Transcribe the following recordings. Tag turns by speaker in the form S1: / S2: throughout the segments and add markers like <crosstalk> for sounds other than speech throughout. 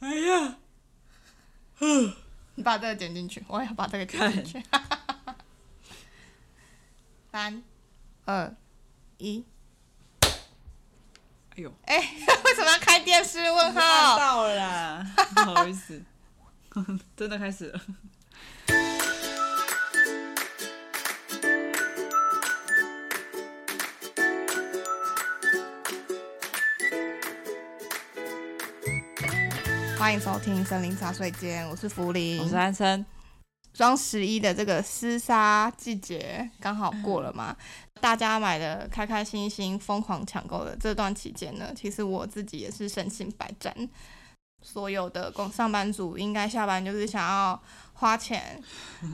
S1: 哎
S2: 把这个剪进去，我也要把这个剪进去。三、二、一，
S1: 哎呦，
S2: 哎、 <laughs> 为什么要开电视？问
S1: 按
S2: 号？
S1: 到了
S2: <laughs>
S1: 啦，不好意思，真的开始了。
S2: 欢迎收听《森林茶水间》，我是福林
S1: 我。是安生，
S2: 双十一的这个厮杀季节刚好过了嘛，
S1: 嗯
S2: 大家买的开开心心、疯狂抢购的这段期间呢，其实我自己也是身经百战。所有的工上班族应该下班就是想要花钱，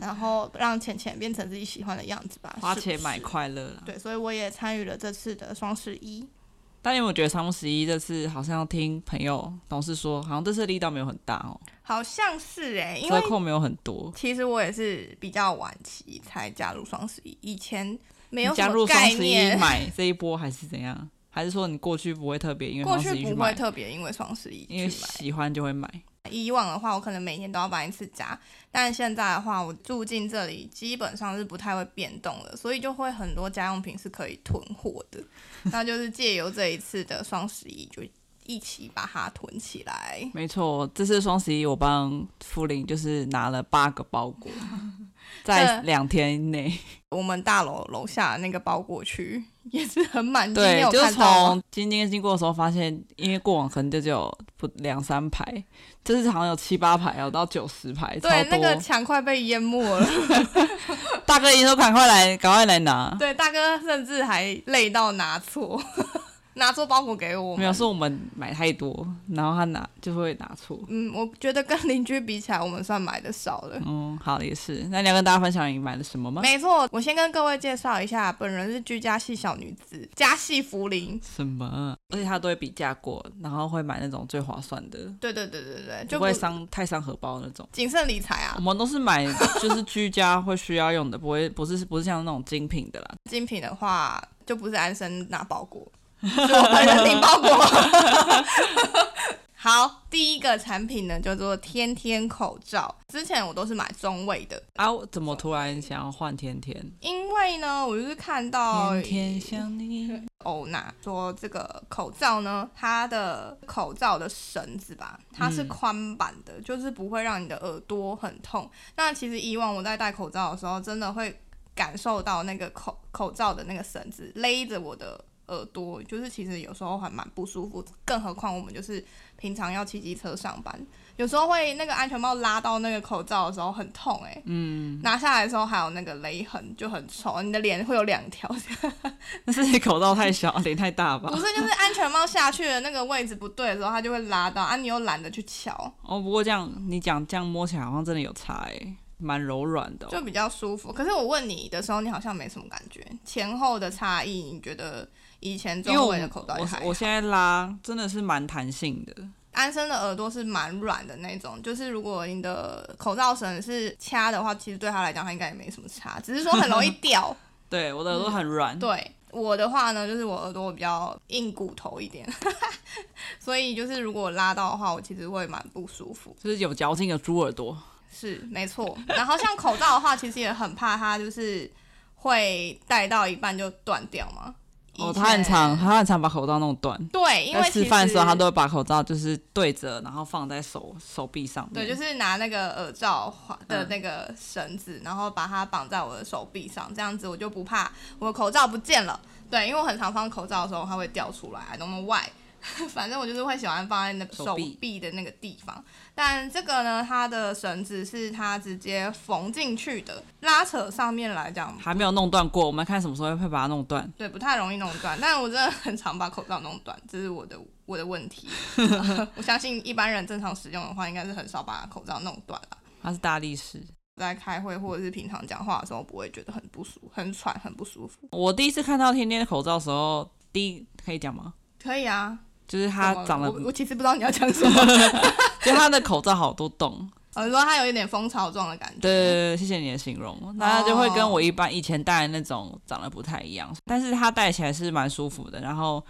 S2: 然后让钱钱变成自己喜欢的样子吧，
S1: 花
S2: 是不
S1: 钱买
S2: 是。
S1: 快乐啦。
S2: 对，所以我也参与了这次的双十一。
S1: 但因为我觉得三五十一这次好像听朋友同事说，好像这次力道没有很大哦，
S2: 好像是哎、因
S1: 折
S2: 为
S1: 扣没有很多。
S2: 其实我也是比较晚期才加入双十一，以前没
S1: 你
S2: 有什
S1: 加入
S2: 么
S1: 双
S2: 概
S1: 十一
S2: 念， <laughs>
S1: 买这一波还是怎样？还是说你过去不会特别因为
S2: 过
S1: 双十一
S2: 去
S1: 去
S2: 不会
S1: 买，
S2: 特别因为双十一
S1: 因为
S2: 去买。
S1: 喜欢就会买？
S2: 以往的话，我可能每年都要搬一次家，但现在的话，我住进这里基本上是不太会变动了，所以就会很多家用品是可以囤货
S1: <laughs>
S2: 的。那就是借由这一次的双十一，就一起把它囤起来。
S1: 没错，这次双十一我帮福林就是拿了八个包
S2: <laughs>
S1: 裹，在两天内，
S2: 我们大楼楼下那个包裹区 <laughs> 也是很满，你
S1: 对
S2: 有，
S1: 就是
S2: 看到吗
S1: 从今天经过的时候发现，因为过往可能就只有不两三排，这次好像有七八排哦，到九十排，超
S2: 对
S1: 多。
S2: 那个墙快被淹没了。 <laughs>
S1: 大哥一说赶快来，赶快来拿，
S2: 对，大哥甚至还累到拿错， <laughs> 拿错包裹给我
S1: 没有
S2: 们。
S1: 是我们买太多，然后他拿就会拿错。
S2: 嗯，我觉得跟邻居比起来，我们算买的少了。
S1: 嗯，好，也是。那你要跟大家分享你买了什么吗？
S2: 没错，我先跟各位介绍一下，本人是居家系小女子，家系福林。
S1: 什么？而且他都会比价过，然后会买那种最划算的，
S2: 对对对对对，就
S1: 就不会伤嗯太伤荷包那种。
S2: 谨慎理财
S1: 我
S2: 啊。
S1: 们都是买就是居家会需要用的，不会不是不是像那种精品的啦。
S2: 精品的话，就不是安生拿包裹，是我本人领包裹。 <laughs> 好，第一个产品呢叫做天天口罩。之前我都是买中位的，
S1: 啊，我怎么突然想要换天天？
S2: 因为呢，我就是看到
S1: 天天想你，
S2: 欧娜哦说，这个口罩呢，它的口罩的绳子吧，它是宽版的，就是不会让你的耳朵很痛。那其实以往我在戴口罩的时候，真的会感受到那个口口罩的那个绳子勒着我的耳朵，就是其实有时候还蛮不舒服。更何况我们就是平常要骑机车上班，有时候会那个安全帽拉到那个口罩的时候很痛哎、
S1: 嗯，
S2: 拿下来的时候还有那个勒痕，就很丑，你的脸会有两条。
S1: <laughs>
S2: <laughs>
S1: 那是你口罩太小，脸太大
S2: 不
S1: 吧？
S2: 是，就是安全帽下去的那个位置不对的时候，它就会拉到啊，你又懒得去瞧，
S1: <laughs> 哦，不过这样你讲这样摸起来好像真的有差哎、蛮柔软的哦、
S2: 就比较舒服。可是我问你的时候，你好像没什么感觉，前后的差异，你觉得以前
S1: 因为
S2: 中
S1: 我
S2: 文的口罩也还
S1: 我我现在拉真的是蛮弹性的，
S2: 安生的耳朵是蛮软的那种，就是如果你的口罩绳是掐的话，其实对他来讲，他应该也没什么差，只是说很容易
S1: <laughs>
S2: 掉。
S1: 对我的耳朵很软、
S2: 嗯对我的话呢，就是我耳朵比较硬骨头一点， <laughs> 所以就是如果拉到的话，我其实会蛮不舒服。
S1: 就是有嚼劲的猪耳朵。
S2: 是没错。然后像口罩的话，其实也很怕它就是会戴到一半就断掉嘛。
S1: 哦，
S2: 以前
S1: 他很常，。他很常把口罩弄断。
S2: 对，因为
S1: 在吃
S2: 其实
S1: 饭的时候，他都会把口罩就是对着，然后放在手手臂上面。
S2: 对，就是拿那个耳罩环
S1: 嗯
S2: 的那个绳子，然后把它绑在我的手臂上，这样子我就不怕我的口罩不见了。对，因为我很常放口罩的时候，它会掉出来，I don't know why。反 <laughs> 正我就是会喜欢放在那
S1: 手
S2: 手
S1: 臂
S2: 臂的那个地方。但这个呢，它的绳子是它直接缝进去的，拉扯上面来讲
S1: 还没有弄断过，我们看什么时候会把它弄断。
S2: 对，不太容易弄断，但我真的很常把口罩弄断，这是我的我的问题。 <laughs> 我相信一般人正常使用的话，应该是很少把口罩弄断啦。
S1: 它是大力士。
S2: 在开会或者是平常讲话的时候，不会觉得很不舒很喘、很不舒服。
S1: 我第一次看到天天的口罩的时候，第一可以讲吗？
S2: 可以啊，
S1: 就是它
S2: 怎么了
S1: 长得
S2: 我，我其实不知道你要讲什么。 <laughs>
S1: 就它的口罩好多洞。
S2: 我说它有一点蜂巢状的感觉。
S1: 对对，对，谢谢你的形
S2: 哦
S1: 容。那它就会跟我一般以前戴的那种长得不太一样，但是它戴起来是蛮舒服的，然后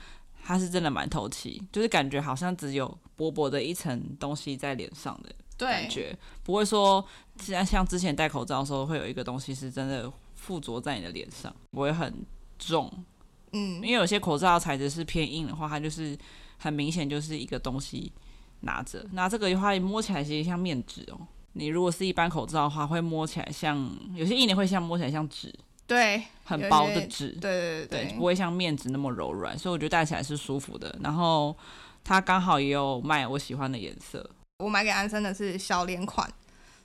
S1: 它是真的蛮透气，就是感觉好像只有薄薄的一层东西在脸上的
S2: 对
S1: 感，觉，不会说像像之前戴口罩的时候会有一个东西是真的附着在你的脸上，不会很重，
S2: 嗯
S1: 因为有些口罩材质是偏硬的话，它就是很明显就是一个东西拿着，那这个的话摸起来其实像面纸哦。你如果是一般口罩的话，会摸起来像有些硬的会像摸起来像纸，
S2: 对
S1: 很
S2: 有一
S1: 薄
S2: 些
S1: 的纸，
S2: 对对
S1: 对，
S2: 对
S1: 不会像面纸那么柔软，所以我觉得戴起来是舒服的。然后它刚好也有卖我喜欢的颜色，
S2: 我买给安生的是小脸款，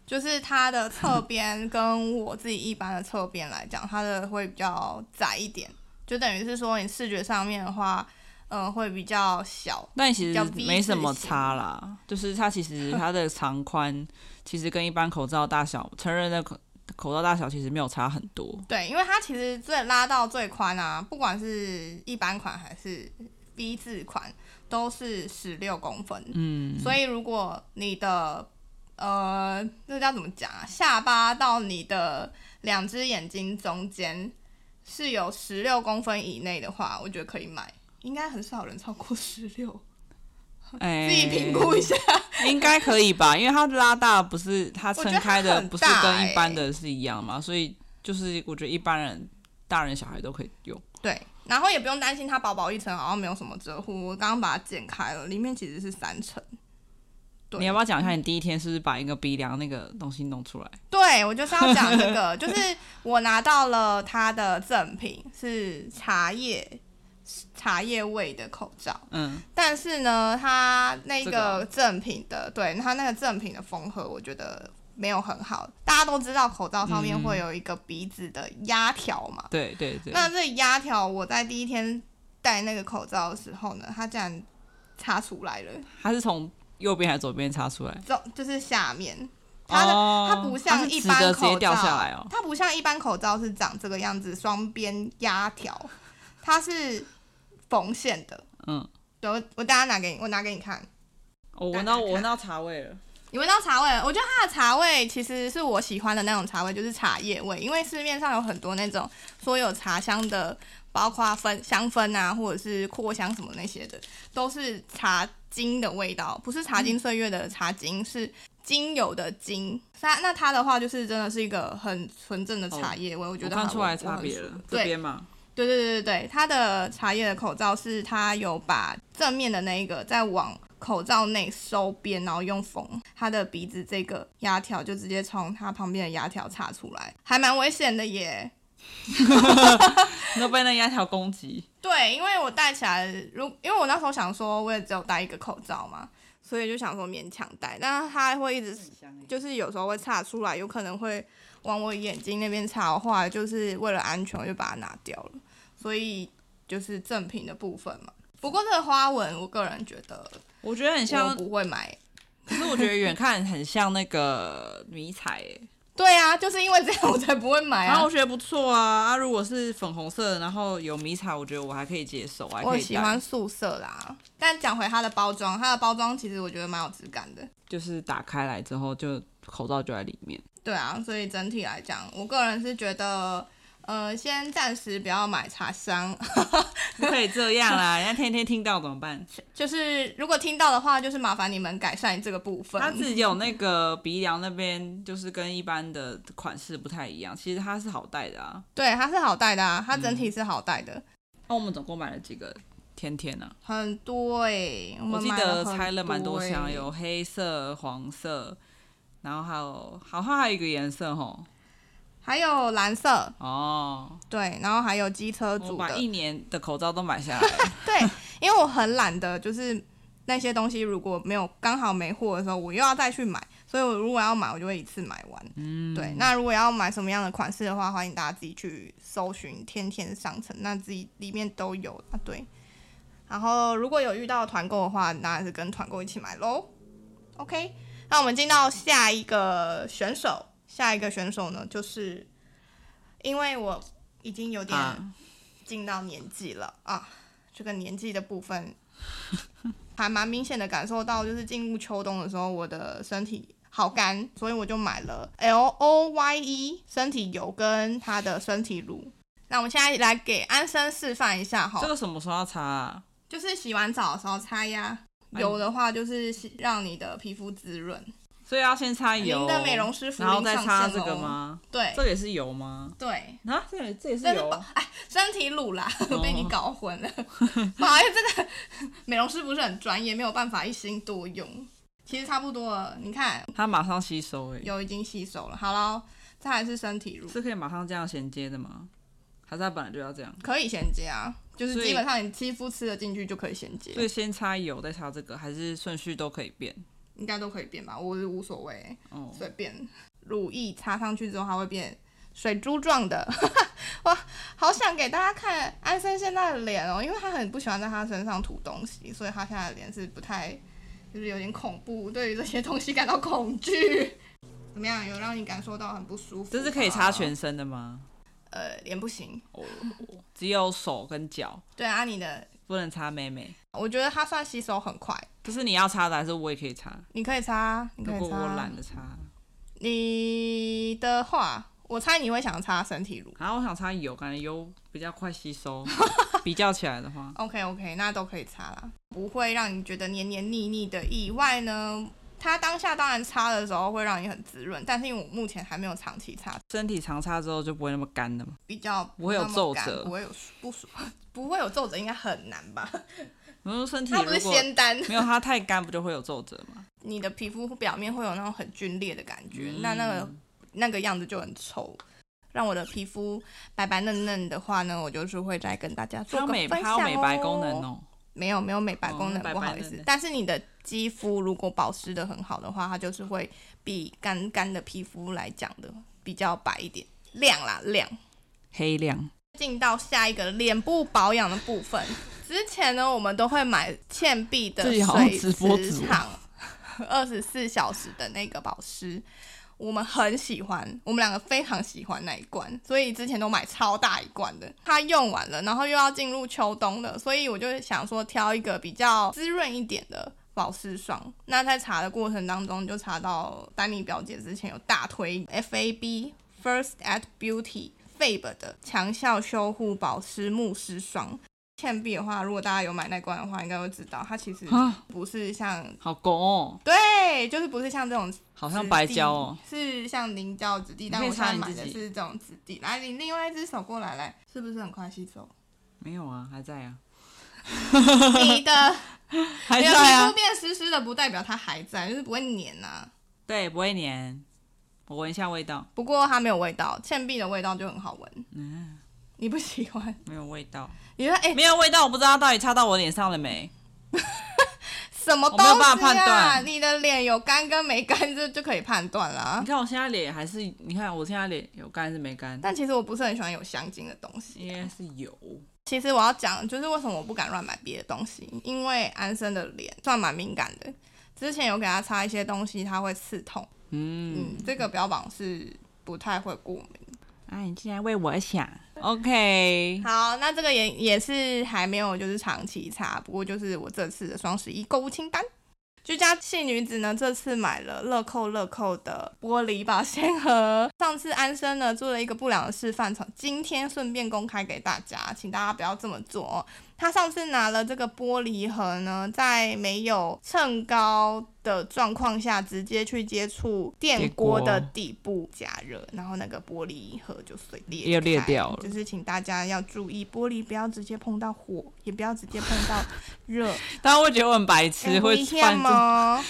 S2: 就是它的侧边跟我自己一般的侧边来讲，它的会比较窄一点，就等于是说你视觉上面的话，嗯、会比较小。
S1: 但其
S2: 比
S1: 实
S2: 较 V
S1: 没什么
S2: 字形
S1: 差啦，就是它其
S2: <laughs>
S1: 实它的长宽其实跟一般口罩大小，成人的口口罩大小其实没有差很多。
S2: 对，因为它其实最拉到最宽啊，不管是一般款还是 V 字款，都是十六公分。
S1: 嗯，
S2: 所以如果你的呃，那叫怎么讲啊？下巴到你的两只眼睛中间是有十六公分以内的话，我觉得可以买。应该很少人超过十六，
S1: 哎、
S2: 自己评估一下。
S1: 应该可以吧？因为它拉大不是它
S2: 觉
S1: 撑
S2: 得
S1: 开的
S2: 很
S1: 不是
S2: 大
S1: 跟一般
S2: 欸
S1: 的是一样嘛，所以就是我觉得一般人大人小孩都可以用。
S2: 对，然后也不用担心它薄薄一层，哦好像没有什么遮护。我刚刚把它剪开了，里面其实是三层。对
S1: 你要不要讲一下你第一天是不是把一个鼻梁那个东西弄出来？
S2: 对，我就是要讲这
S1: <laughs>
S2: 个，就是我拿到了它的赠品是茶叶茶叶味的口罩，
S1: 嗯，
S2: 但是呢，它那
S1: 这个啊嗯
S2: 个赠品的，对它那个赠品的缝合，我觉得没有很好。大家都知道口罩上面
S1: 嗯
S2: 会有一个鼻子的压条嘛，
S1: 对对对，
S2: 那这个压条我在第一天戴那个口罩的时候呢，它竟然插出来了，
S1: 它是从右边还是左边插出来？
S2: 这就是下面。它的
S1: 哦
S2: 它不像
S1: 是
S2: 一
S1: 直
S2: 般
S1: 的直
S2: 口
S1: 接
S2: 罩，
S1: 掉下来哦。
S2: 它不像一般口罩是长这个样子，双边压条，它是缝线的。
S1: 嗯，哦
S2: 对，我我等下拿给你，我拿给你看。
S1: 我
S2: 闻到我闻
S1: 到茶味了。
S2: 你闻到茶味了，我觉得它的茶味其实是我喜欢的那种茶味，就是茶叶味。因为市面上有很多那种说有茶香的，包括分香氛啊，或者是扩香什么那些的，都是茶精的味道，不是茶金岁月的茶精，是精油的精。那那它的话就是真的是一个很纯正的茶叶味，我觉
S1: 哦我
S2: 得
S1: 看
S2: 它
S1: 出
S2: 我
S1: 来
S2: 我
S1: 差
S2: 很
S1: 别
S2: 舒服
S1: 了，这
S2: 对
S1: 边嘛，
S2: 对对对对对，它的茶叶的口罩是它有把正面的那一个再往口罩内收边，然后用缝它的鼻子这个压条就直接从它旁边的压条插出来，还蛮危险的耶。
S1: 都被那压条攻击。
S2: 对，因为我戴起来，如因为我那时候想说，我也只有戴一个口罩嘛，所以就想说勉强戴，但是它会一直就是有时候会插出来，有可能会往我眼睛那边插的话，就是为了安全，我就把它拿掉了。所以就是正品的部分嘛。不过这个花纹，我个人觉得
S1: 我觉得很
S2: <laughs> 我
S1: 像，
S2: 不会买。
S1: 可是我觉得远看很像那个迷彩欸耶，
S2: 对啊，就是因为这样我才不会买
S1: 然后
S2: 啊
S1: 我。觉得不错啊。啊，如果是粉红色的，然后有迷彩，我觉得我还可以接受，我还
S2: 我
S1: 可以
S2: 喜
S1: 戴
S2: 欢，素色啦，但讲回它的包装，它的包装其实我觉得蛮有质感的。
S1: 就是打开来之后就口罩就在里
S2: <laughs>
S1: 面。
S2: 对啊，所以整体来讲，我个人是觉得，呃，先暂时不要买茶香， <laughs>
S1: 不可以这样啦，人家天天听到怎么
S2: <laughs>
S1: 办？
S2: 就是如果听到的话，就是麻烦你们改善这个部分。
S1: 它只有那个鼻梁那边，就是跟一般的款式不太一样。其实它是好戴的啊。
S2: 对，它是好戴的啊，它整
S1: 嗯
S2: 体是好戴的，
S1: 那、我们总共买了几个甜甜呢、
S2: 很多诶，
S1: 啊？
S2: 我
S1: 我
S2: 们
S1: 记
S2: 买
S1: 得
S2: 很
S1: 拆了蛮多
S2: 欸
S1: 箱，有黑色、黄色，然后还有好像还有一个颜色吼。
S2: 还有蓝色，
S1: 哦，
S2: 对，然后还有机车
S1: 我
S2: 组
S1: 把
S2: 的
S1: 一，年的口罩都买下来
S2: <laughs>
S1: 了。
S2: 对，因为我很懒得，就是那些东西如果没有刚好没货的时候，我又要再去买，所以我如果要买，我就会一次买完。
S1: 嗯，
S2: 对，那如果要买什么样的款式的话，欢迎大家自己去搜寻天天商城，那自己里面都有啊。对，然后如果有遇到团购的话，那还是跟团购一起买喽。OK，那我们进到下一个选手，下一个选手呢，就是因为我已经有点
S1: 啊
S2: 进到年纪了啊这个年纪的部分，还蛮明显的感受到，就是进入秋冬的时候，我的身体好干，所以我就买了 L O Y E 身体油跟它的身体乳。那我们现在来给安生示范一下哈
S1: 这，个什么时候要擦、啊？
S2: 就是洗完澡的时候擦呀，
S1: 哎
S2: 油的话就是洗让你的皮肤滋润。
S1: 所以要先擦油
S2: 您的美容师傅
S1: 然后
S2: 已经
S1: 再
S2: 上
S1: 擦
S2: 线哦
S1: 这个
S2: 喽？
S1: 吗？
S2: 对
S1: 这个也是油吗？
S2: 对，
S1: 啊，这个这也是
S2: 那是
S1: 油
S2: 保哎身体乳啦，
S1: 哦
S2: <laughs> 被你搞
S1: <laughs>
S2: 混了。不好意思，这个 <laughs> 美容师不是很专业，没有办法一心多用。其实差不多了，你看
S1: 它马上吸收哎、
S2: 油已经吸收了。好了，这还是身体乳，
S1: 是可以马上这样衔接的吗？还是它本来就要这样？
S2: 可以衔接啊，就是
S1: 所以
S2: 基本上你肌肤吃了进去就可以衔
S1: 所以
S2: 接，
S1: 先擦油再擦这个，还是顺序都可以变？
S2: 应该都可以变吧，我是无所谓，
S1: 哦，
S2: 随便。乳液擦上去之后，它会变水珠状的。 <laughs> 哇，好想给大家看安森现在的脸哦，因为他很不喜欢在他身上涂东西，所以他现在的脸是不太，就是有点恐怖，对于这些东西感到恐惧。 <laughs> 怎么样？有让你感受到很不舒服？
S1: 这是可以擦。全身的吗？
S2: 呃，脸不行。
S1: 哦，只有手跟脚
S2: 对啊，你的，
S1: 不能擦妹妹。
S2: 我觉得它算吸收很快，
S1: 不是你要擦的，还是我也可以擦？
S2: 你可以擦，你
S1: 如
S2: 可以
S1: 果我
S2: 擦
S1: 懒。得擦，
S2: 你的话，我猜你会想擦身体乳。
S1: 然后我想擦油，感觉油比较快吸
S2: <laughs>
S1: 收。比较起来的话，
S2: OK OK，那都可以擦啦，不会让你觉得黏黏腻腻的。以外呢，它当下当然擦的时候会让你很滋润，但是因为我目前还没有长期擦，
S1: 身体常擦之后就不会那么干的嘛。
S2: 比较
S1: 不会有
S2: 那么
S1: 皱
S2: 干
S1: 褶
S2: 不会有不舒， <laughs> 不会有皱褶，应该很难
S1: <laughs>
S2: 吧？
S1: 我说身体
S2: 它
S1: 如
S2: 不是
S1: 果
S2: 仙丹，
S1: <laughs> 没有它太干，不就会有皱褶吗？
S2: 你的皮肤表面会有那种很皲裂的感觉，
S1: 嗯
S2: 那那个那个样子就很丑。让我的皮肤白白嫩嫩的话呢，我就是会再跟大家
S1: 它
S2: 做
S1: 有
S2: 个
S1: 美
S2: 分
S1: 它
S2: 享
S1: 有美白功能
S2: 哦
S1: 哦。
S2: 没有没有美白
S1: 哦
S2: 功能，
S1: 白
S2: 不
S1: 白
S2: 好意
S1: 嫩
S2: 思
S1: 嫩。
S2: 但是你的肌肤如果保湿的很好的话，它就是会比干干的皮肤来讲的比较白一点，亮啦亮。
S1: 黑亮，
S2: 进到下一个脸部保养的部 <laughs> 分，之前呢，我们都会买倩碧的
S1: 自己好像
S2: 水
S1: 直播哦
S2: 磁
S1: 主
S2: 场二十四小时的那个保湿，我们很喜欢，我们两个非常喜欢那一罐，所以之前都买超大一罐的。它用完了，然后又要进入秋冬了，所以我就想说挑一个比较滋润一点的。保湿霜，那在查的过程当中，就查到丹妮表姐之前有大推 FAB First at Beauty FAB 的强效修护保湿慕湿霜。倩碧的话，如果大家有买那罐的话，应该会知道，它其实
S1: 啊
S2: 不是像
S1: 好拱哦，
S2: 对，就是不是像这种
S1: 好
S2: 好
S1: 像白胶哦。，
S2: 是像凝胶质地，但
S1: 可以
S2: 我现在
S1: 擦你
S2: 买
S1: 自
S2: 的
S1: 己
S2: 是这种质地。来，你另外一只手过来，来，是不是很快吸收？
S1: <laughs> 没有啊，还在啊，
S2: <laughs> 你的
S1: 还
S2: 你的
S1: 在
S2: 皮肤
S1: 啊。
S2: 变湿湿的，不代表它还在，就是不会黏呐、
S1: 对，不会粘。我闻一下味道，
S2: 不过它没有味道，倩碧的味道就很好闻。
S1: 嗯，
S2: 你不喜欢？
S1: 没有味道，
S2: 你说哎、
S1: 没有味道，我不知道它到底擦到我脸上了没。
S2: 什么
S1: 我
S2: 东
S1: 没有办法
S2: 西
S1: 判
S2: 啊？
S1: 断
S2: 你的脸有干跟没干，这就可以判断啊啦
S1: 你。看我现在脸还是，你看我现在脸有干还是没干？
S2: 但其实我不是很喜欢有香精的东西。
S1: 应该是有。
S2: 其实我要讲，就是为什么我不敢乱买别的东西，因为安生的脸算蛮敏感的，之前有给他擦一些东西，他会刺痛。
S1: 嗯
S2: 嗯，，这个标榜是不太会过敏。
S1: 哎，你竟然为我想，OK，
S2: 好，那这个也也是还没有就是长期擦，不过就是我这次的双十一购物清单。居家系女子呢，这次买了乐扣乐扣的玻璃保鲜盒。上次安生呢做了一个不良的示范，从今天顺便公开给大家，请大家不要这么做哦。他上次拿了这个玻璃盒呢，在没有秤高的状况下，直接去接触电锅的底部加热，然后那个玻璃盒就碎裂开，
S1: 又裂掉了
S2: 就是请大家要注意，玻璃不要直接碰到火，也不要直接碰
S1: <laughs>
S2: 到热，哎
S1: 大家会觉得我很白痴，会犯这种 <laughs>
S2: 吗？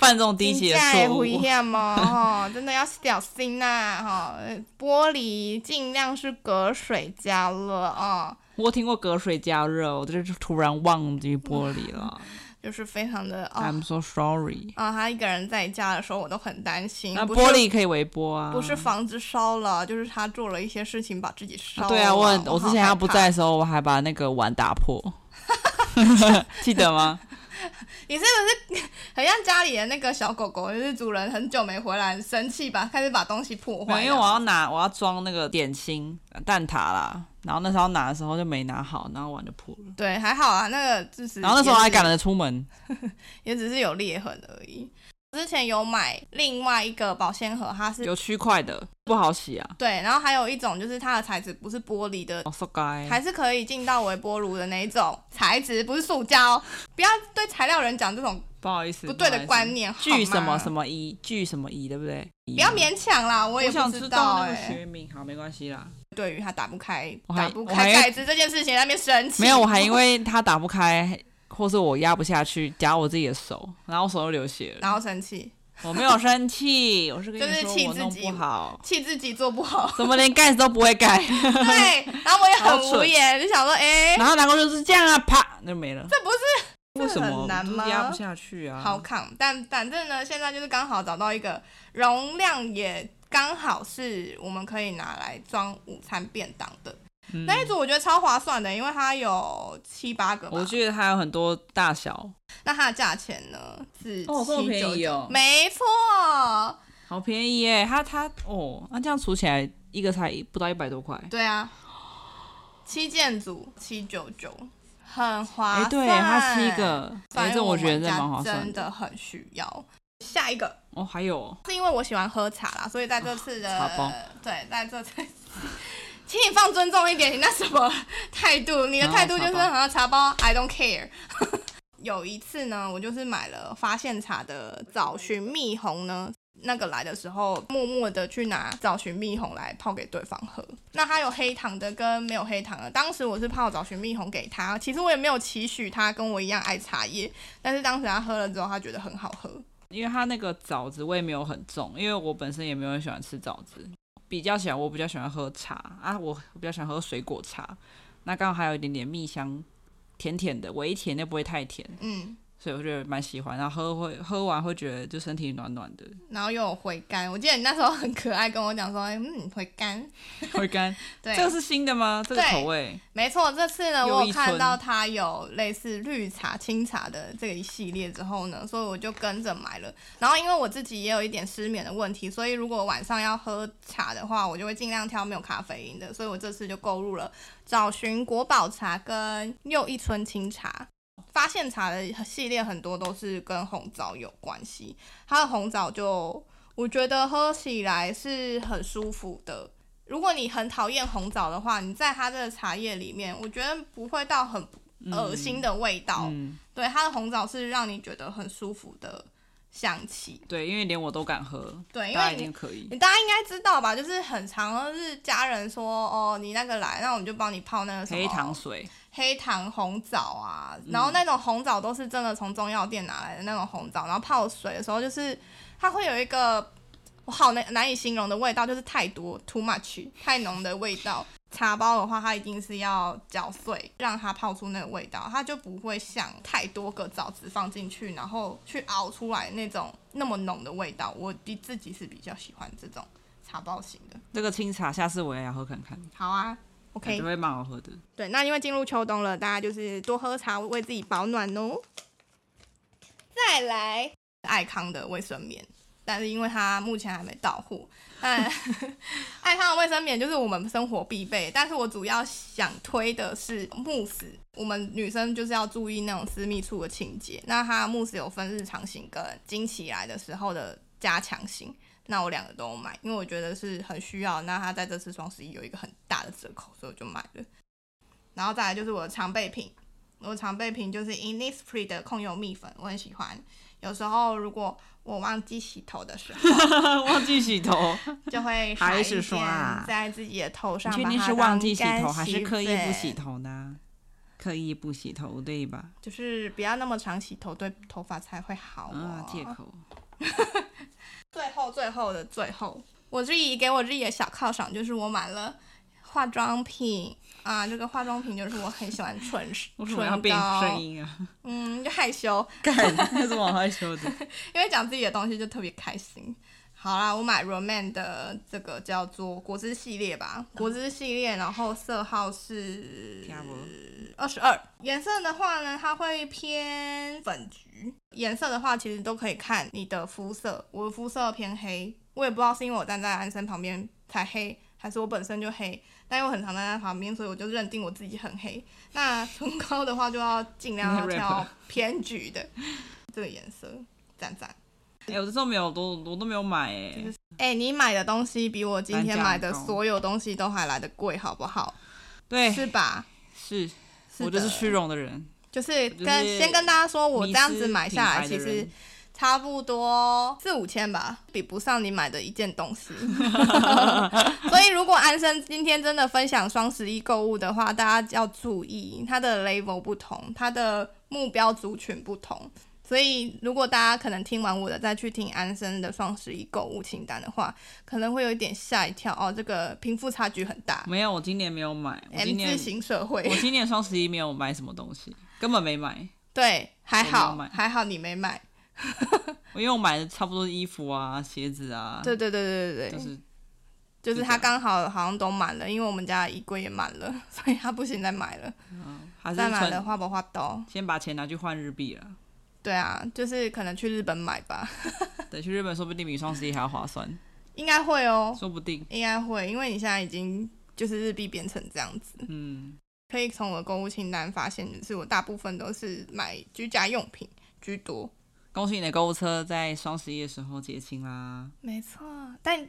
S1: 犯这种低级的错
S2: 危
S1: 误。<laughs>
S2: 险吗？哈、真的要小心呐、哈、呃玻璃尽量是隔水加热啊、
S1: 我听过隔水加热，我这就突然忘记玻璃
S2: <laughs> 啊
S1: 了。
S2: 就是非常的啊。
S1: I'm so sorry。
S2: 啊，他一个人在家的时候，我都很担心。
S1: 那
S2: 不是
S1: 玻璃可以微波啊，
S2: 不是房子烧了，就是他做了一些事情把自己烧了。
S1: 啊对啊，我很
S2: 我
S1: 我
S2: 哦好
S1: 之前他
S2: 害
S1: 不
S2: 怕
S1: 在，的时候，我还把那个碗打
S2: <laughs>
S1: 破， <laughs> 记得吗？
S2: 你是不是很像家里的那个小狗狗？就是主人很久没回来，很生气吧，开始把东西破
S1: 没
S2: 坏。
S1: 有，
S2: 啊
S1: 啊因为我要拿我要装那个点心呃蛋挞啦，然后那时候拿的时候就没拿好，然后碗就破了，
S2: 对，还好啊，那个就是。
S1: 然后那时候我还
S2: 也只
S1: 赶着出门，
S2: 也只是有裂痕而已。之前有买另外一个保鲜盒，它是
S1: 有区块的不好洗啊，哦
S2: 对，然后还有一种就是它的材质不是玻璃的，
S1: 我说该
S2: 还是可以进到微波炉的那一种材质，不是塑胶。不要对材料人讲这种
S1: 不好意思，
S2: 不对
S1: 不好意
S2: 的
S1: 思
S2: 观念，
S1: 聚什么什
S2: 么，
S1: 么仪，聚什么仪，对不对？仪
S2: 不要
S1: 吗
S2: 勉强啦，我也
S1: 我
S2: 不
S1: 想知
S2: 道
S1: 那
S2: 哎、
S1: 个学名，好，没关系啦。
S2: 对于他打不开
S1: 我还
S2: 打不
S1: 我还
S2: 开盖子这件事情，在那边生气。
S1: <laughs> 没有，我还因为它打不开，或是我压不下去，夹我自己的手，然后我手就流血了。
S2: 然后生气，
S1: 我没有生气，我是跟
S2: 就
S1: 你
S2: 是气
S1: 说我
S2: 自
S1: 弄
S2: 己
S1: 不好，，
S2: 气自己做不好
S1: 嗯怎么连盖子都不会盖？
S2: <laughs> 对。然后我也
S1: 好
S2: 很
S1: 蠢
S2: 无言，就想说，哎、
S1: <laughs> 然后拿过就是这样啊，啪，那就没了。这
S2: 不
S1: 是为什
S2: 这
S1: 么
S2: 很难
S1: 我就是
S2: 吗
S1: 压不下去啊？
S2: 好扛。但反正呢，现在就是刚好找到一个容量也刚好是我们可以拿来装午餐便当的、
S1: 嗯
S2: 那一组，我觉得超划算的，因为它有七八个
S1: 我
S2: 嘛。
S1: 觉得它有很多大小，
S2: 那它的价钱呢是
S1: 哦这么
S2: 七九
S1: 便宜
S2: 九
S1: 哦，
S2: 没错。
S1: 好便宜耶！它它哦，那、这样除起来一个才不到一百多块。
S2: 对啊，七件组七九九，很划
S1: 哎、
S2: 算。
S1: 对，它是一个，
S2: 反
S1: 哎、
S2: 正
S1: 这我
S2: 我
S1: 觉得真
S2: 们
S1: 的
S2: 家
S1: 蛮划算
S2: 真的很需要。下一个
S1: 哦，还有哦
S2: 是因为我喜欢喝茶啦，所以在这次的、
S1: 茶包
S2: 对，在这次， <laughs> 请你放尊重一点，你那什么态度？你的态度就是
S1: 然
S2: 好像茶包，I don't care。有一次呢，我就是买了发现茶的早寻蜜红呢。那个来的时候，默默的去拿早寻蜜红来泡给对方喝。那它有黑糖的跟没有黑糖的。当时我是泡早寻蜜红给他，其实我也没有期许他跟我一样爱茶叶，但是当时他喝了之后，他觉得很好喝。
S1: 因为它那个枣子味没有很重，因为我本身也没有很喜欢吃枣子，比较喜欢我比较喜欢喝茶啊，我比较喜欢喝水果茶。那刚好还有一点点蜜香，甜甜的，微甜又不会太甜，
S2: 嗯，
S1: 所以我觉得蛮喜欢。然后喝会喝完会觉得就身体暖暖的，
S2: 然后又有回甘。我记得你那时候很可爱，跟我讲说，嗯，回甘。
S1: 回甘。
S2: <laughs> 对，
S1: 这个是新的吗？这个
S2: 对
S1: 口味
S2: 没错。这次呢，
S1: 又
S2: 我有
S1: 一
S2: 看
S1: 村
S2: 到它有类似绿茶、清茶的这一系列之后呢，所以我就跟着买了。然后因为我自己也有一点失眠的问题，所以如果晚上要喝茶的话，我就会尽量挑没有咖啡因的。所以我这次就购入了找寻国宝茶跟又一村清茶。发现茶的系列很多都是跟红枣有关系，它的红枣就我觉得喝起来是很舒服的。如果你很讨厌红枣的话，你在它的茶叶里面，我觉得不会到很恶心
S1: 的。
S2: 呃的味道。
S1: 嗯，
S2: 对，它的红枣是让你觉得很舒服的香气。
S1: 对，因为连我都敢喝，
S2: 对，因
S1: 大家
S2: 为
S1: 一
S2: 你
S1: 定可以。
S2: 你大家应该知道吧，就是很常都是家人说哦，你那个来，那我们就帮你泡那个什么
S1: 黑糖水，
S2: 黑糖红枣啊，然后那种红枣都是真的从中药店拿来的那种红枣，然后泡水的时候就是它会有一个我好难难以形容的味道，就是太多 too much 太浓的味道。茶包的话，它一定是要搅碎，让它泡出那个味道，它就不会像太多个枣子放进去，然后去熬出来那种那么浓的味道。我比自己是比较喜欢这种茶包型的。
S1: 这个清茶，下次我也要喝看看，
S2: 好啊，OK，
S1: 感觉会蛮好
S2: <laughs>
S1: 喝的。 <laughs>
S2: 对，那因为进入秋冬了，大家就是多喝茶，为自己保暖哦。再来，爱康的卫生棉，但是因为它目前还没到货，但 <laughs> 爱康的卫生棉就是我们生活必备。但是我主要想推的是慕斯，我们女生就是要注意那种私密处的清洁。那它的慕斯有分日常型跟经期来的时候的加强型。那我两个都买，因为我觉得是很需要。那它在这次双十一有一个很大的折扣，所以我就买了。然后再来就是我的常备品，我的常备品就是 Innisfree 的控油蜜粉，我很喜欢。有时候如果我忘记洗头的时候，
S1: 忘记洗头，
S2: 就会
S1: <laughs> 还
S2: 撒一
S1: 是
S2: 点
S1: 刷
S2: 在自己的头
S1: 你
S2: 上。
S1: 确
S2: 把
S1: 定
S2: 它
S1: 是
S2: 当
S1: 忘记洗
S2: 干
S1: 头还是刻意不洗
S2: 粉？
S1: 头呢？刻意不洗头，对吧？
S2: 就是不要那么常洗头，对头发才会好、哦
S1: 啊，。借口。
S2: 最后最后的最后，我自己给我自己的小犒赏就是我买了化妆品啊，这个化妆品就是我很喜欢 <laughs> 唇
S1: 为什么要
S2: 唇
S1: 变声
S2: 膏，
S1: 音啊？
S2: 嗯，就害羞。
S1: 干， <laughs> 那是我害羞
S2: <laughs>
S1: 的。
S2: 因为讲自己的东西就特别开心。好啦，我买 Roman 的这个叫做果汁系列吧，果汁系列，然后色号是
S1: 听不
S2: 二十二。颜色的话呢，它会偏粉橘。颜色的话，其实都可以看你的肤色。我的肤色偏黑，我也不知道是因为我站在安生旁边才黑，还是我本身就黑。但因为我很常站在旁边，所以我就认定我自己很黑。那唇膏的话，就要尽量要
S1: 你在 rap
S2: 挑
S1: 啊
S2: 偏橘的这个颜色，赞赞。
S1: 哎、我这周没有多，我都没有买哎、
S2: 就是哎、你买的东西比我今天买的所有东西都还来得贵，好不好？
S1: 对，
S2: 是吧？
S1: 哎是
S2: 是的
S1: 我就是虚荣的人，
S2: 就是
S1: 就是
S2: 跟先跟大家说，我
S1: 迷
S2: 这样
S1: 失
S2: 子买
S1: 品
S2: 下来
S1: 牌的
S2: 其实
S1: 人
S2: 差不多四五千吧，比不上你买的一件东
S1: <laughs>
S2: 西。所以如果安生今天真的分享双十一购物的话，大家要注意它的 level 不同，它的目标族群不同。所以如果大家可能听完我的再去听安生的双十一购物清单的话，可能会有一点吓一跳哦，这个贫富差距很大
S1: 没有，我今年没有买，我
S2: ，M
S1: 今
S2: 字
S1: 年
S2: 型社会。
S1: 我今年双十一没有买什么东西，根本没买。
S2: 对，还
S1: 我没有
S2: 好
S1: 买
S2: 还好你没买。
S1: 因为我买的差不多是衣服啊、鞋子啊，
S2: 对对对对对
S1: 就
S2: 对，
S1: 是
S2: 就是
S1: 就
S2: 他
S1: 这
S2: 刚好好像都满了，因为我们家的衣柜也满了， <laughs> 所以他不行再买了，
S1: 还是
S2: 再买了
S1: 存，
S2: 花不花刀？
S1: 先把钱拿去换日币了。
S2: 对啊，就是可能去日本买吧，
S1: 对，去日本说不定比双十一还要划算，
S2: 应该会哦，
S1: 说不定。
S2: 应该会，哦因为你现在已经就是日币变成这样子，
S1: 嗯，
S2: 可以从我的购物清单发现，就是我大部分都是买居家用品居多，
S1: 恭喜你的购物车在双十一的时候结清啦，
S2: 没错，但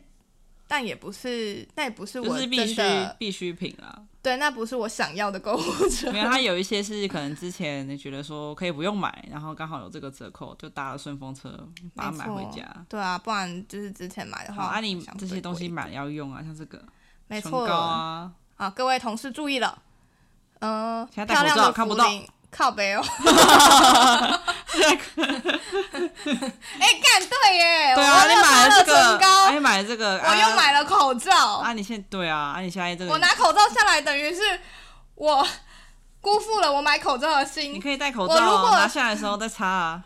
S2: 但也不是，那也不是
S1: 就
S2: 我
S1: 是必
S2: 真
S1: 须
S2: 的
S1: 必需品啦。
S2: 对，那不是我想要的购物车
S1: 没，有，它有一些是可能之前你觉得说可以不用买，然后刚好有这个折扣，就搭了顺风车把它买回家。
S2: 对啊，不然就是之前买的
S1: 好，
S2: 话，
S1: 啊，你
S2: 想
S1: 这
S2: 最
S1: 些东西
S2: 贵
S1: 买了要用啊，像这个
S2: 没
S1: 唇
S2: 错
S1: 膏啊，
S2: 啊，各位同事注意了，呃，
S1: 现在戴
S2: 漂
S1: 口
S2: 亮
S1: 罩
S2: 的
S1: 看不
S2: 福
S1: 到
S2: 林靠北哦。 <laughs> 哎，干对耶！
S1: 对啊，
S2: 哎我
S1: 你
S2: 又
S1: 买
S2: 拿
S1: 了
S2: 了
S1: 这个，
S2: 唇膏，
S1: 啊、你买了这个，
S2: 我又
S1: 啊
S2: 买了口罩，
S1: 啊！你现对啊，啊你现在这个，
S2: 我拿口罩下来，等于是我辜负了我买口罩的
S1: 你
S2: 心。
S1: 可以戴口
S2: 我
S1: 罩
S2: 如
S1: 啊，
S2: 果
S1: 拿下来的时候再擦啊，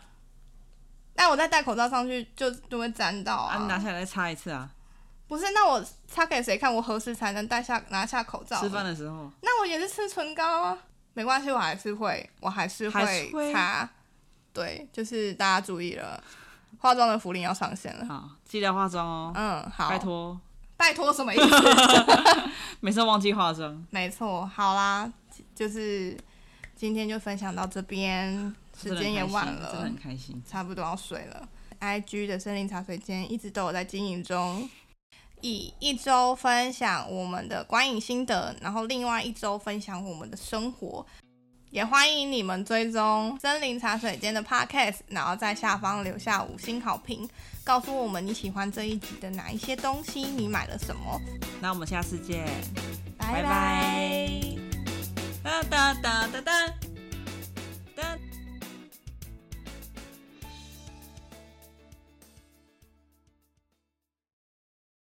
S2: 那我再戴口罩上去就就会沾到
S1: 啊你拿
S2: 啊。
S1: 下来再擦一次啊，
S2: 不是，那我擦给谁看？我何时才能戴下拿下口罩？啊
S1: 吃饭的时候，
S2: 那我也是吃唇膏啊，没关系，我还是会，我还是
S1: 还是
S2: 会
S1: 会
S2: 擦。对，就是大家注意了，化妆的福利要上线了。
S1: 好，记得化妆哦，
S2: 嗯，好，
S1: 拜，托，
S2: 拜托什么意思？
S1: <laughs> 每次都忘记化妆，
S2: 没错，好啦，就是今天就分享到这边，时间也晚
S1: 真的
S2: 了
S1: 很，开心
S2: 差不多要睡了。IG 的森林茶水间一直都有在经营中，以一周分享我们的观影心得，然后另外一周分享我们的生活。也欢迎你们追踪森林茶水间的 Podcast，然后在下方留下五星好评，告诉我们你喜欢这一集的哪一些东西，你买了什么。
S1: 真的很开心，那我们下次见，拜
S2: 拜拜
S1: 拜，哒哒哒哒哒。